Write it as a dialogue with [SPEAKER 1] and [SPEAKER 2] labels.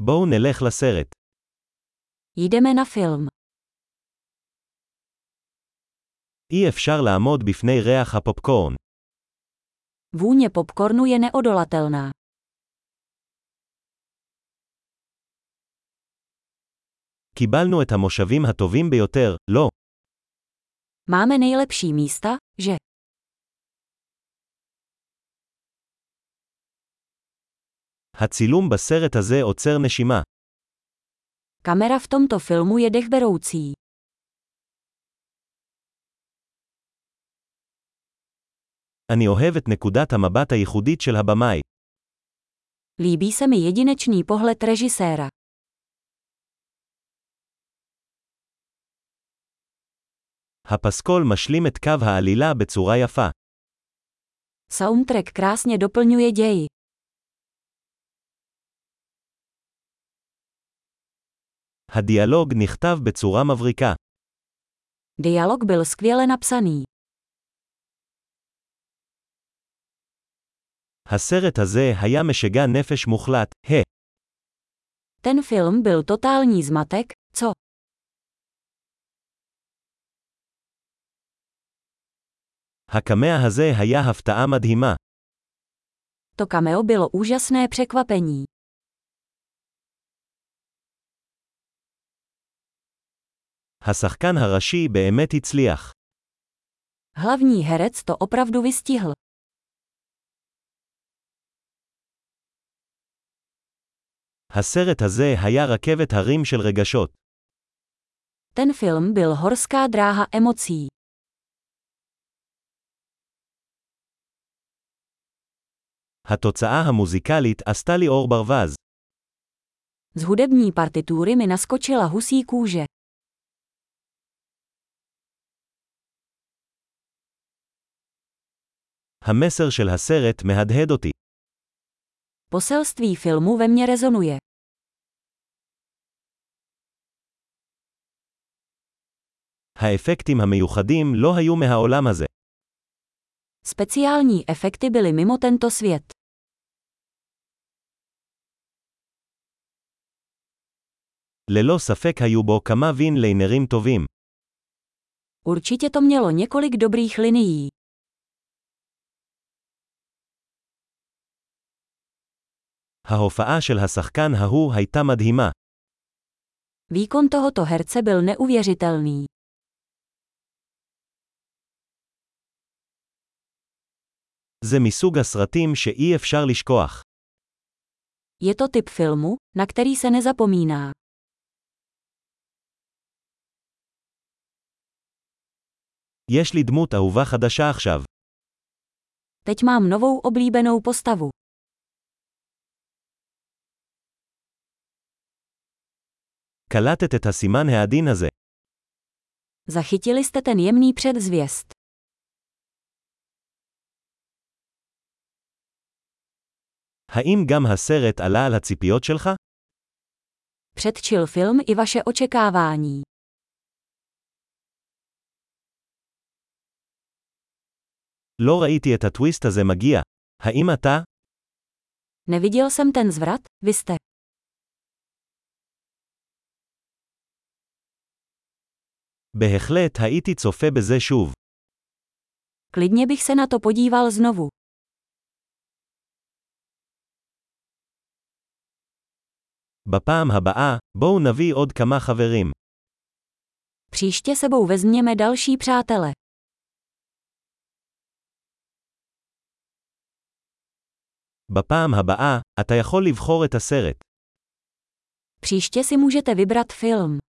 [SPEAKER 1] בואו נלך לסרט.
[SPEAKER 2] jdeme na film.
[SPEAKER 1] אי אפשר לעמוד בפני ריח הפופקורן.
[SPEAKER 2] Vůně popcornu je neodolatelná.
[SPEAKER 1] קיבלנו את המושבים הטובים ביותר, לא.
[SPEAKER 2] Máme nejlepší místa, že?
[SPEAKER 1] הצילום בסרט הזה עוצר נשימה.
[SPEAKER 2] Kamera v tomto filmu je dechberoucí.
[SPEAKER 1] אני אוהב את נקודת המבט הייחודית של הבמאי.
[SPEAKER 2] Líbí se mi jedinečný pohled režiséra.
[SPEAKER 1] הפסקול משלים את קו העלילה בצורה יפה.
[SPEAKER 2] Soundtrack krásně doplňuje ději.
[SPEAKER 1] הדיאלוג נכתב בצורה מבריקה.
[SPEAKER 2] Dialog byl skvěle napsaný.
[SPEAKER 1] הסרט הזה היה משגע נפש מוחלט, ה.
[SPEAKER 2] Ten film byl totální zmatek, co?
[SPEAKER 1] הקמע הזה היה הפתעה מדהימה.
[SPEAKER 2] To cameo bylo úžasné překvapení.
[SPEAKER 1] השחקן הראשי באמת הצליח.
[SPEAKER 2] Hlavní herec to opravdu vystihl.
[SPEAKER 1] הסרט הזה היה רכבת הרים של רגשות.
[SPEAKER 2] Ten film byl horská dráha emocí.
[SPEAKER 1] התוצאה המוזיקלית עשתה לי אור ברווז.
[SPEAKER 2] Z hudební partitury mi naskočila husí kůže.
[SPEAKER 1] המסר של הסרט מהדהד אותי.
[SPEAKER 2] Poselství filmu ve mně rezonuje.
[SPEAKER 1] האפקטים המיוחדים לא היו מהעולם הזה.
[SPEAKER 2] Speciální efekty byly mimo tento svět.
[SPEAKER 1] ללא ספק היו בו כמה וין-ליינרים טובים.
[SPEAKER 2] Určitě to mělo několik dobrých linií.
[SPEAKER 1] ההופעה של השחקן ההוא הייתה מדהימה.
[SPEAKER 2] Výkon tohoto herce byl neuvěřitelný.
[SPEAKER 1] זה מסוג הסרטים שאי אפשר לשכוח.
[SPEAKER 2] Je to typ filmu, na který se nezapomíná.
[SPEAKER 1] יש לי דמות אהובה חדשה עכשיו.
[SPEAKER 2] Teď mám novou oblíbenou postavu.
[SPEAKER 1] קלטת את הסימן העדין הזה.
[SPEAKER 2] Zachytili jste ten jemný předzvěst.
[SPEAKER 1] האם גם הסרט עלה על הציפיות שלך?
[SPEAKER 2] Předčil film i vaše očekávání.
[SPEAKER 1] לא ראיתי את הטוויסט הזה מגיע. האם אתה?
[SPEAKER 2] Neviděl jsem ten zvrat, vy jste.
[SPEAKER 1] בהחלט הייתי צופה בזה שוב.
[SPEAKER 2] Klidně bych se na to podíval znovu.
[SPEAKER 1] בפעם הבאה, בואו נביא עוד כמה חברים.
[SPEAKER 2] Příště sebou vezměme další přátele.
[SPEAKER 1] בפעם הבאה, אתה יכול לבחור את הסרט.
[SPEAKER 2] Příště si můžete vybrat film.